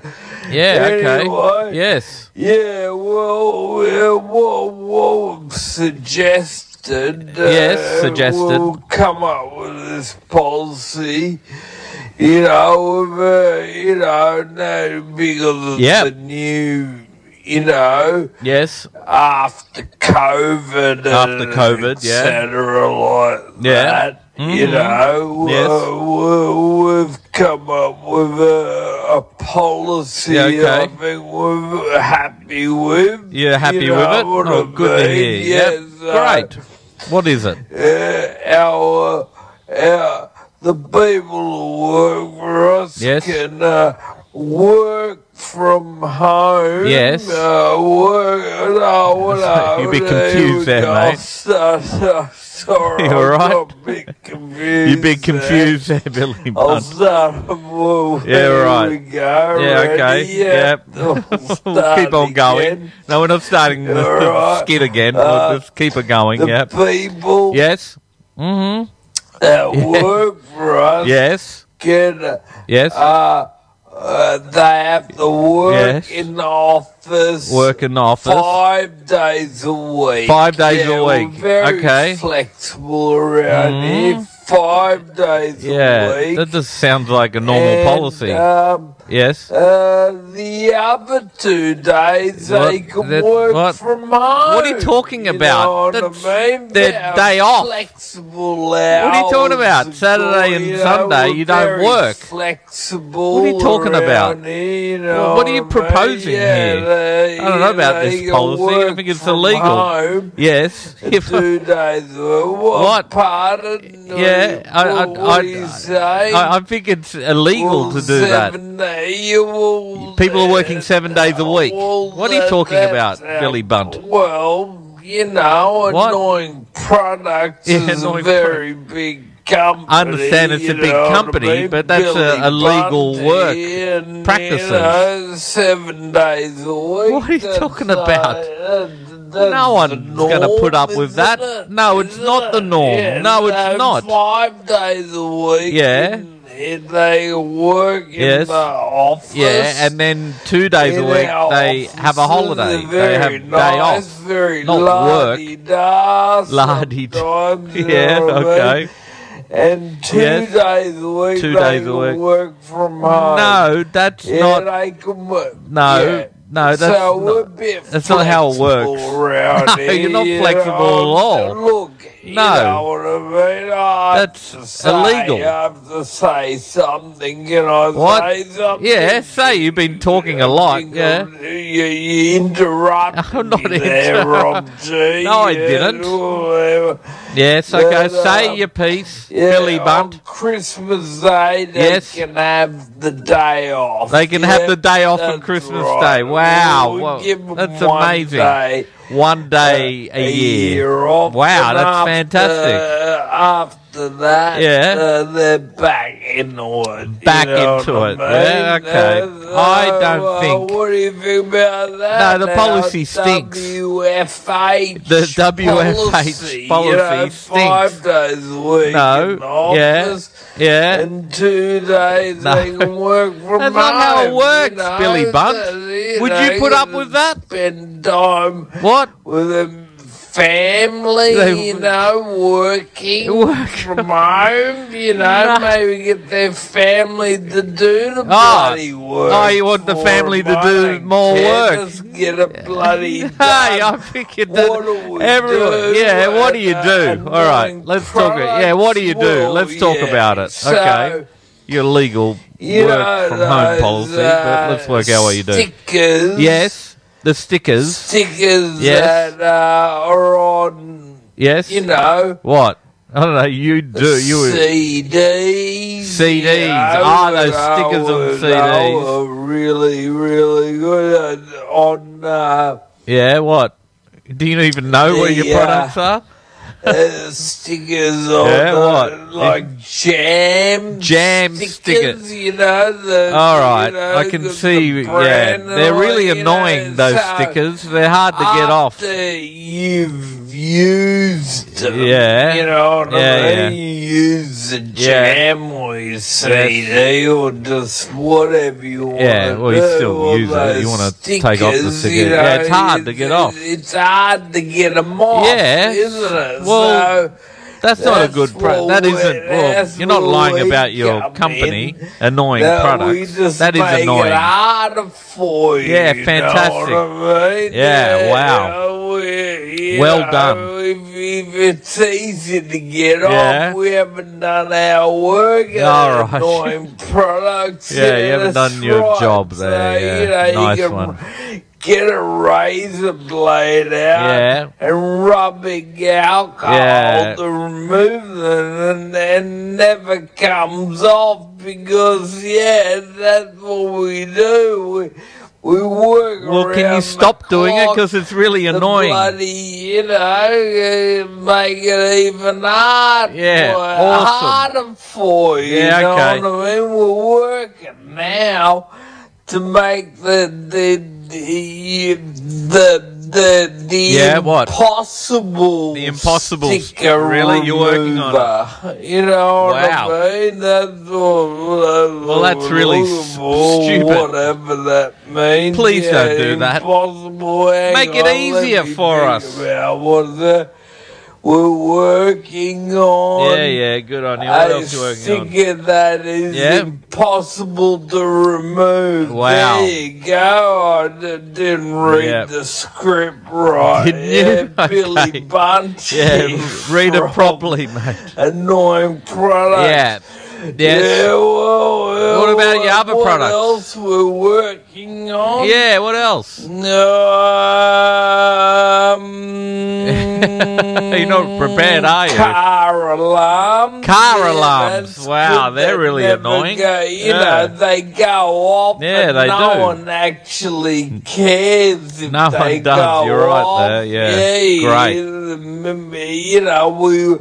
A: yeah, okay.
B: Anyway.
A: Yes.
B: Yeah, well, yeah, what, what suggested? uh,
A: Yes, suggested.
B: We'll come up with this policy. You know, of, uh, you know, no bigger than
A: Yep.
B: the new. You know,
A: Yes.
B: after COVID, and
A: After COVID, yeah.
B: etc. Like
A: Yeah.
B: that. You
A: Mhm.
B: know,
A: Yes.
B: we, have come up with a, a policy.
A: Yeah, okay.
B: I think we're happy with.
A: You're happy
B: You
A: with
B: know
A: it?
B: what
A: Oh,
B: I
A: good to
B: mean?
A: hear.
B: Yes,
A: Yep. Great. What is it?
B: uh, our, our the people who work for us
A: Yes.
B: can uh, work from home.
A: Yes.
B: Uh, work. No,
A: [laughs]
B: what
A: You'd be confused there,
B: [laughs]
A: mate. [laughs]
B: sorry,
A: You all
B: I got
A: right?
B: a bit confused.
A: You've been
B: there.
A: confused there, Billy
B: I'll
A: Bunt.
B: start well,
A: Yeah,
B: here
A: right.
B: We go.
A: Yeah,
B: Ready?
A: okay.
B: [laughs] Yeah.
A: Yep. [laughs]
B: I'll
A: We'll keep
B: start
A: on going.
B: again.
A: No, we're not starting [laughs] the
B: All right.
A: skit again.
B: Uh,
A: we'll just keep it going.
B: The
A: yep.
B: people
A: Yes. Mm-hmm. [laughs]
B: that work for us
A: Yes.
B: can uh,
A: Yes.
B: uh, uh, they have to work
A: Yes.
B: in the office.
A: Work in the office.
B: Five days a week.
A: Five days a
B: Yeah, we're
A: week.
B: very
A: Okay. Mm.
B: Flexible around here. Five days a
A: Yeah,
B: week.
A: that just sounds like a normal
B: And,
A: policy.
B: Um,
A: yes.
B: uh, the other two days they
A: What?
B: can
A: That-
B: work
A: what?
B: from home.
A: What are you talking about?
B: You know what I
A: That's
B: mean?
A: their
B: They have
A: day off.
B: Flexible
A: are you talking about?
B: hours,
A: Saturday and
B: you know,
A: Sunday,
B: we're
A: you don't
B: very
A: work.
B: Flexible.
A: What are you talking about?
B: around here, you know
A: what are you
B: what I mean?
A: proposing
B: Yeah,
A: here?
B: they-
A: I don't know about
B: they
A: this
B: can
A: policy. I
B: work
A: think it's
B: from
A: illegal.
B: home
A: yes. [laughs] If-
B: two days. What?
A: What?
B: Pardon?
A: yeah, I, I,
B: What
A: I,
B: do you say?
A: I, I think it's illegal to do that.
B: seven Day, you will-
A: People are working seven days a week.
B: Well,
A: What are you
B: that-
A: talking
B: that's,
A: about, Billy Bunt?
B: Well, you know,
A: What?
B: annoying
A: [laughs]
B: products
A: Yeah,
B: is
A: annoying
B: a very big company.
A: I understand it's a
B: you
A: big
B: know what I
A: company,
B: mean?
A: but that's a-
B: Billy
A: a legal
B: Bunt
A: work
B: and,
A: practices.
B: You know, seven days a week.
A: What are you
B: that's,
A: talking about?
B: uh, that-
A: No
B: that's the
A: one's gonna put up
B: norm,
A: with
B: isn't
A: that.
B: it?
A: No, it's
B: Isn't
A: not the
B: it?
A: norm.
B: Yeah,
A: No, it's
B: so
A: not.
B: Five days a week.
A: Yeah.
B: and- and they work
A: Yes.
B: in the office.
A: Yeah, and then two days a
B: in
A: week
B: our
A: they
B: offices.
A: have a holiday.
B: They're
A: They have
B: very
A: day
B: nice,
A: off.
B: Very
A: not work.
B: la-di-da [laughs]
A: La-di-da.
B: sometimes,
A: [laughs]
B: you
A: Yeah,
B: know what I
A: okay.
B: mean? And two
A: Yes.
B: days a week.
A: Two
B: they
A: days a
B: can
A: week.
B: Work from home.
A: No, that's
B: uh, Yeah,
A: not.
B: they can work.
A: No,
B: yeah.
A: no, that's
B: so uh, we're a
A: not-
B: bit
A: that's not how it works. [laughs]
B: flexible Around
A: No, you're
B: here,
A: not
B: you
A: flexible
B: know.
A: at all.
B: Look, you
A: No.
B: know what I mean? I have
A: That's
B: to say-
A: illegal.
B: I have to say something. Can I
A: What?
B: say something?
A: Yeah, say you've been talking a lot. Yeah.
B: You, you interrupted
A: [laughs] I'm not
B: me there,
A: interrupt-
B: Rob G.
A: [laughs] No, I didn't.
B: Whatever.
A: Yes. Okay.
B: But,
A: Say
B: um,
A: your piece,
B: Yeah, um,
A: Billy
B: On
A: Bunt.
B: Christmas Day, they
A: Yes.
B: can have the day off.
A: They can have
B: Yeah,
A: the day off on
B: that's
A: Christmas
B: right.
A: Day. Wow,
B: We'll
A: wow,
B: give 'em
A: that's
B: one
A: amazing.
B: Day,
A: One day
B: uh,
A: a year.
B: off,
A: Wow,
B: and
A: that's
B: after-
A: fantastic.
B: After that,
A: Yeah.
B: uh, they're back into it.
A: Back
B: you know
A: into
B: what
A: it.
B: I mean?
A: Yeah, okay.
B: Uh,
A: I
B: uh,
A: don't
B: well,
A: think-
B: What do you think about that?
A: No, the
B: Now,
A: policy stinks.
B: WFH.
A: The WFH
B: policy, you know,
A: policy
B: Five
A: stinks.
B: days a week. in the
A: No. Yeah.
B: office.
A: Yeah.
B: In two days
A: No.
B: they
A: [laughs]
B: can work from
A: That's
B: home.
A: not how it works,
B: you know,
A: Billy Bunt.
B: that-
A: Would you
B: know,
A: put up
B: can
A: with that?
B: Spend time
A: What?
B: with them family,
A: They-
B: you know, working
A: [laughs] Work.
B: from home, you know,
A: No.
B: maybe get their family to do the
A: Ah.
B: bloody work.
A: Oh, you want the
B: for
A: family to
B: 'em. I
A: do
B: don't
A: more
B: care,
A: work.
B: Just get a
A: [laughs]
B: bloody
A: Hey, I
B: done.
A: figured that
B: What do we
A: everyone.
B: do
A: yeah, what do you
B: about
A: do? All right,
B: annoying
A: let's talk. about Yeah, what do you do?
B: products?
A: let's talk
B: Well,
A: about it.
B: yeah,
A: okay,
B: so-
A: your legal
B: You
A: work
B: know,
A: from home
B: those,
A: policy,
B: uh,
A: but let's work out what you do.
B: Stickers.
A: yes, the stickers.
B: Stickers
A: Yes.
B: that uh, are on,
A: Yes.
B: you know,
A: What? I don't know. You do. You.
B: CDs.
A: CDs.
B: you know,
A: Ah, those
B: Oh, that
A: stickers on
B: I would-
A: CDs.
B: that were really, really good at- on uh,
A: Yeah. What? Do you even know what
B: The,
A: your
B: uh,
A: products are?
B: uh, stickers on
A: Yeah,
B: uh,
A: what?
B: like jam
A: Jam stickers.
B: You know, the,
A: All right,
B: you know,
A: I can
B: the-
A: see.
B: the
A: yeah,
B: brand
A: they're
B: and
A: really
B: all, you
A: annoying.
B: know,
A: those
B: so
A: stickers. They're hard to get off.
B: After you've used them,
A: Yeah.
B: you know what
A: Yeah,
B: I mean?
A: yeah.
B: You use the
A: Yeah.
B: jam or your CD or just whatever you want.
A: Yeah, well, you still
B: do,
A: use it.
B: all
A: You wanna
B: those
A: take off the
B: stickers,
A: cigarette.
B: you know,
A: Yeah, it's hard to get off.
B: It's hard to get them off,
A: Yeah.
B: isn't it?
A: Well,
B: so,
A: That's not a
B: That's
A: good product.
B: what
A: That
B: we-
A: isn't. Well,
B: that's
A: you're not
B: what
A: lying
B: we
A: about your
B: come
A: company
B: in.
A: annoying
B: No,
A: products.
B: We just
A: that is
B: make
A: annoying.
B: It harder for you.
A: Yeah,
B: you know
A: fantastic.
B: what I mean?
A: Yeah, wow.
B: know, we- you
A: Well
B: know,
A: done.
B: If, if it's easy to get
A: Yeah.
B: off, we haven't done our work. and
A: All right.
B: Annoying
A: [laughs]
B: products.
A: Yeah, you haven't
B: that's
A: done your
B: right.
A: job
B: So,
A: there, yeah.
B: you know, you
A: Nice
B: can
A: one.
B: Get a razor blade out
A: Yeah.
B: and rubbing alcohol
A: Yeah.
B: to remove them and, and never comes off because yeah, that's what we do. We, we work.
A: well, can you
B: around
A: stop
B: the
A: doing it?
B: clock,
A: Because it's really
B: the
A: annoying.
B: Bloody, you know, uh, make it even hard
A: Yeah,
B: for,
A: awesome.
B: harder for you.
A: Yeah,
B: you know
A: okay.
B: what I mean? We're working now to make the the the the the, the
A: Yeah, what?
B: impossible
A: The impossible s-
B: sticker
A: really? You're working on it.
B: remover. You know what
A: Wow.
B: I mean? That's well,
A: that's really s- stupid.
B: Whatever that means.
A: Please don't do that.
B: Impossible. Hang
A: Make it
B: on, uh, let
A: easier
B: me
A: for
B: think
A: us.
B: About what the, we're working on.
A: yeah, yeah. Good on you. What
B: a
A: else you working on?
B: sticker that is
A: Yeah.
B: impossible to remove.
A: Wow.
B: There you go. I d- didn't read
A: Yeah.
B: the script right.
A: Didn't you? [laughs]
B: Yeah,
A: Okay.
B: Billy Bunch.
A: [laughs]
B: [laughs]
A: Yeah, [laughs] read it properly, mate.
B: Annoying product.
A: Yeah.
B: Yeah,
A: Yes.
B: well, well, uh,
A: What about your other
B: what
A: products?
B: else we're working on?
A: Yeah. What else?
B: Um,
A: [laughs] You're not prepared, are you?
B: Car alarms.
A: Car alarms.
B: that's
A: Wow,
B: good.
A: they're
B: They
A: really
B: never
A: annoying.
B: Go, you
A: Yeah.
B: know, they go off.
A: Yeah,
B: and
A: they
B: no
A: do.
B: one actually cares if
A: No
B: they
A: one does.
B: go
A: You're right
B: off.
A: there. Yeah.
B: yeah
A: Great.
B: Great. You know, we,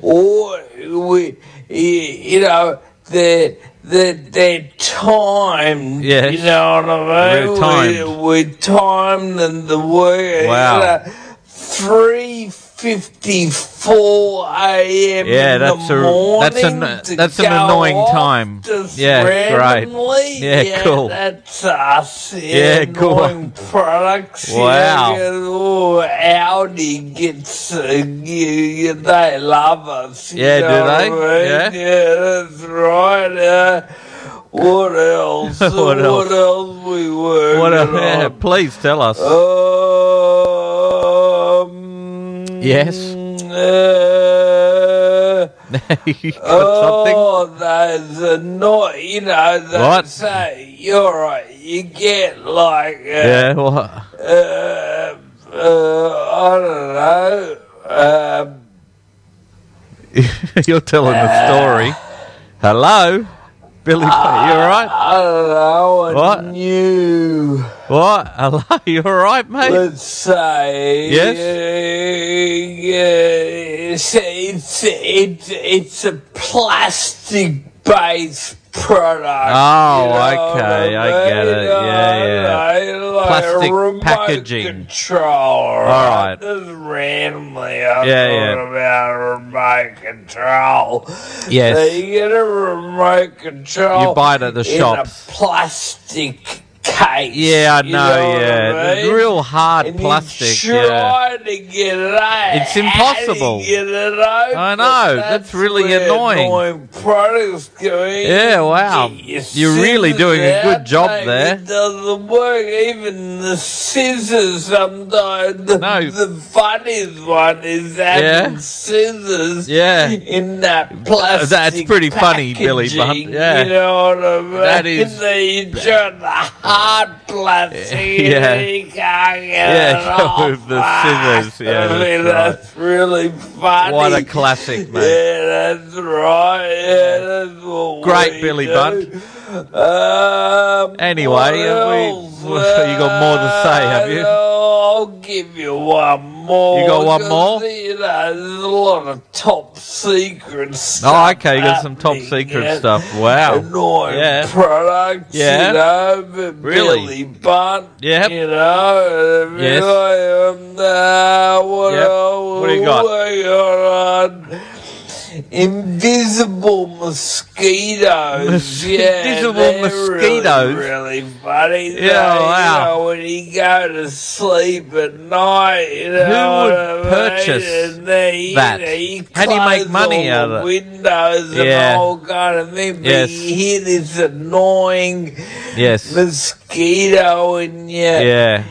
B: or we, you know, the. The, their time,
A: Yes.
B: you know what I mean?
A: We're timed.
B: We- we timed and the work.
A: Wow.
B: Three fifty-four a.m.
A: Yeah,
B: in
A: that's
B: the
A: a- that's an-
B: morning. to
A: that's an
B: go
A: annoying
B: off
A: time.
B: just
A: Yeah, great.
B: randomly.
A: Yeah, cool.
B: That's us.
A: Yeah, cool. [laughs]
B: annoying Products. you
A: Wow.
B: know, oh, Audi gets. Uh, you, you, they love us. you
A: Yeah, do
B: know what
A: they?
B: I mean? Yeah, that's right. Uh, what else?
A: [laughs] What else?
B: we were.
A: What else? [laughs] Yeah, please tell us.
B: Oh. Um,
A: Yes.
B: uh,
A: [laughs] You got something?
B: oh, those are not, you know, they
A: What?
B: say, you're right, you get like, uh,
A: Yeah. What? [laughs]
B: uh, uh, I don't know,
A: You're telling the story.
B: Ah.
A: Hello, Billy. Bunch, you all right?
B: I don't know, a
A: What?
B: new,
A: What? [laughs] Hello. You all right, mate?
B: let's say,
A: Yes?
B: uh, it's, it's, it's, it's a plastic based product.
A: Oh,
B: You know
A: okay,
B: what
A: I get
B: mean?
A: it.
B: You know,
A: Yeah, yeah.
B: like- like
A: Plastic
B: remote
A: packaging.
B: Control. All
A: right.
B: This is randomly. I'm
A: Yeah,
B: talking
A: yeah.
B: about remote control.
A: Yes.
B: So you get a remote control.
A: You buy it at the
B: in a
A: shops.
B: plastic cake.
A: Yeah, I know.
B: you know what
A: yeah,
B: I mean?
A: real hard
B: and
A: plastic.
B: You
A: yeah.
B: try to get it out.
A: It's
B: how do you
A: impossible.
B: get it out?
A: I know,
B: But
A: that's really
B: where
A: annoying.
B: annoying products go in.
A: Yeah, wow.
B: You
A: You're
B: scissors
A: really doing a good
B: out,
A: job
B: mate,
A: there.
B: It doesn't work. Even the scissors sometimes. The,
A: No.
B: the funniest one is having
A: Yeah.
B: scissors.
A: Yeah.
B: In that plastic.
A: pretty funny, Billy Bunt,
B: packaging,
A: yeah.
B: You know what I mean?
A: That is-
B: They turn the hard
A: [laughs]
B: plastic.
A: Yeah.
B: And you can't [laughs] get
A: Yeah, [laughs]
B: it off.
A: with the scissors, yeah,
B: oh, I mean,
A: that's right.
B: that's really funny.
A: What a
B: [laughs]
A: classic, mate.
B: Yeah, that's right. Yeah, that's what
A: Great
B: we
A: Billy
B: do.
A: Bunt.
B: Um,
A: Anyway,
B: what
A: have we-
B: else?
A: [laughs] you got more to say, have you?
B: Uh, I'll give you one more.
A: You got one
B: 'cause,
A: more?
B: You know, there's a lot of top secret stuff.
A: Oh, okay. You got some top
B: happening,
A: secret
B: yeah.
A: stuff.
B: [laughs]
A: Wow.
B: Annoying
A: Yeah.
B: products,
A: Yeah.
B: you know, but
A: Really?
B: Billy Bunt,
A: Yep.
B: you know, uh,
A: Yes.
B: um, uh, what
A: Yep.
B: else?
A: What do you got?
B: What you got on? Invisible mosquitoes.
A: Mos-
B: yeah,
A: invisible
B: they're
A: mosquitoes?
B: Really, really funny.
A: Yeah,
B: They,
A: wow.
B: You know, when you go to sleep at night, you know
A: would
B: what I mean?
A: purchase
B: And they, you
A: that?
B: know, you
A: How do you make
B: close
A: money
B: all
A: out
B: the
A: of it?
B: Windows
A: Yeah.
B: and all kind of thing. But
A: Yes.
B: you hear this annoying
A: Yes.
B: mosquito in your
A: Yeah.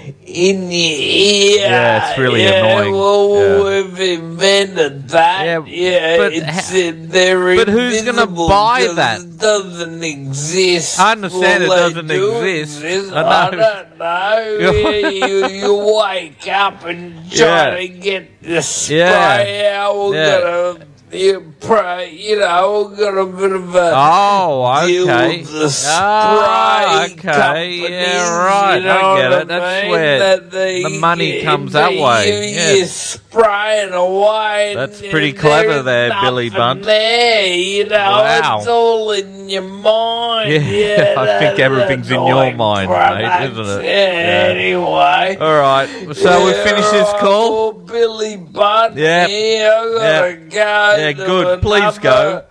B: in your ear.
A: Yeah, it's really
B: yeah, oh,
A: annoying.
B: Well,
A: Yeah.
B: we've invented that.
A: Yeah,
B: Yeah,
A: but
B: it's
A: ha-
B: in their
A: but who's gonna
B: invisible
A: buy
B: because
A: that?
B: It doesn't exist.
A: I understand
B: Well,
A: it
B: they
A: doesn't
B: do
A: exist.
B: exist.
A: I
B: I,
A: know.
B: don't
A: [laughs]
B: know. Yeah, you, you wake up and try
A: Yeah.
B: to get the spray
A: Yeah.
B: out. We're
A: Yeah.
B: gonna. You, pray, you know, we've got a bit of a
A: Oh,
B: deal
A: okay.
B: with the spray
A: Ah,
B: companies,
A: okay. Yeah, right.
B: You know
A: I get
B: what
A: it. That's
B: mean?
A: where
B: That they
A: the money
B: get-
A: comes that
B: they-
A: way.
B: You,
A: Yeah.
B: you spray it away.
A: That's
B: and
A: pretty
B: there's
A: clever there,
B: nothing
A: Billy Bunt.
B: There, you know,
A: Wow.
B: it's all in your mind.
A: Yeah, [laughs]
B: Yeah,
A: I think
B: that-
A: everything's in
B: that
A: your
B: annoying
A: mind, mate, isn't
B: products.
A: it?
B: Yeah,
A: Yeah.
B: Anyway.
A: All right. So we
B: Yeah,
A: finish this call.
B: oh, Billy Bunt.
A: Yep.
B: Yeah, I gotta
A: Yep.
B: go. Yeah,
A: good. Please go.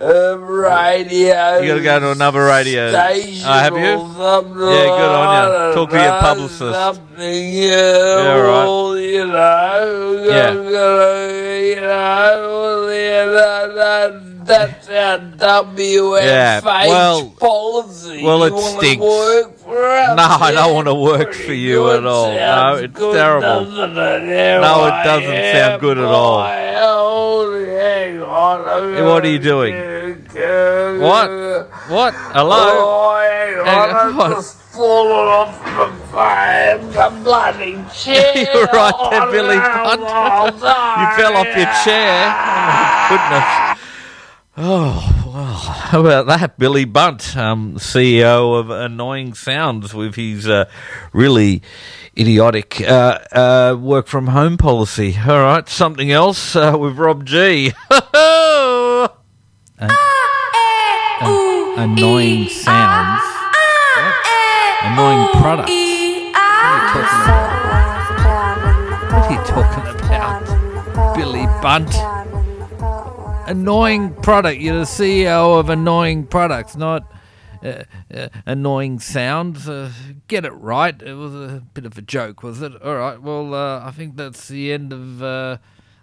B: Uh, radio.
A: You gotta go to another radio.
B: Station
A: Oh, have you?
B: or something,
A: Yeah, good on ya.
B: I don't
A: Talk to your
B: know,
A: publicist.
B: Something, yeah,
A: Yeah, all right.
B: well, you know,
A: Yeah.
B: I'm gonna, you know, well, yeah, that, that, that's our WFH
A: Yeah, well-
B: policy.
A: well,
B: You
A: it
B: wanna
A: stinks.
B: Work for us?
A: No, I don't
B: Yeah,
A: wanna work
B: pretty
A: for you at
B: good.
A: all. No,
B: Sounds
A: it's
B: good,
A: terrible.
B: doesn't it? Yeah,
A: No, it
B: why,
A: doesn't
B: yeah,
A: sound good at all.
B: boy, oh, hang on, I'm
A: Hey, what are you
B: gonna
A: doing?
B: get-
A: What? What? Hello?
B: Oh, hang
A: Hang
B: on,
A: on.
B: I've just fallen off the, fire, the bloody chair.
A: [laughs] You're right there, Billy Bunt.
B: you [laughs]
A: You fell off your chair. Oh, my goodness. Oh, well, how about that? Billy Bunt, um, CEO of Annoying Sounds, with his uh, really idiotic uh, uh, work from home policy. All right, something else uh, with Rob G. [laughs]
C: annoying sounds, annoying products. What are you talking about? Billy Bunt.
A: annoying product. You're the CEO of annoying products, not uh, uh, annoying sounds. Uh, get it right. It was a bit of a joke, was it? All right. Well, uh, I think that's the end of uh,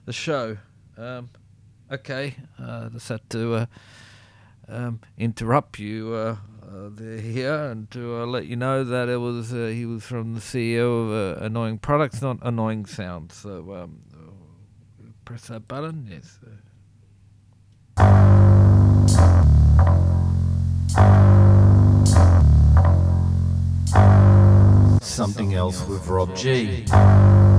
A: the show. Um, okay. Uh, just had to uh, um, interrupt you. Uh, uh, there here and to uh, let you know that it was uh, he was from the CEO of uh, Annoying Products, not Annoying Sounds. So um, press that button. Yes.
D: Something else with Rob G.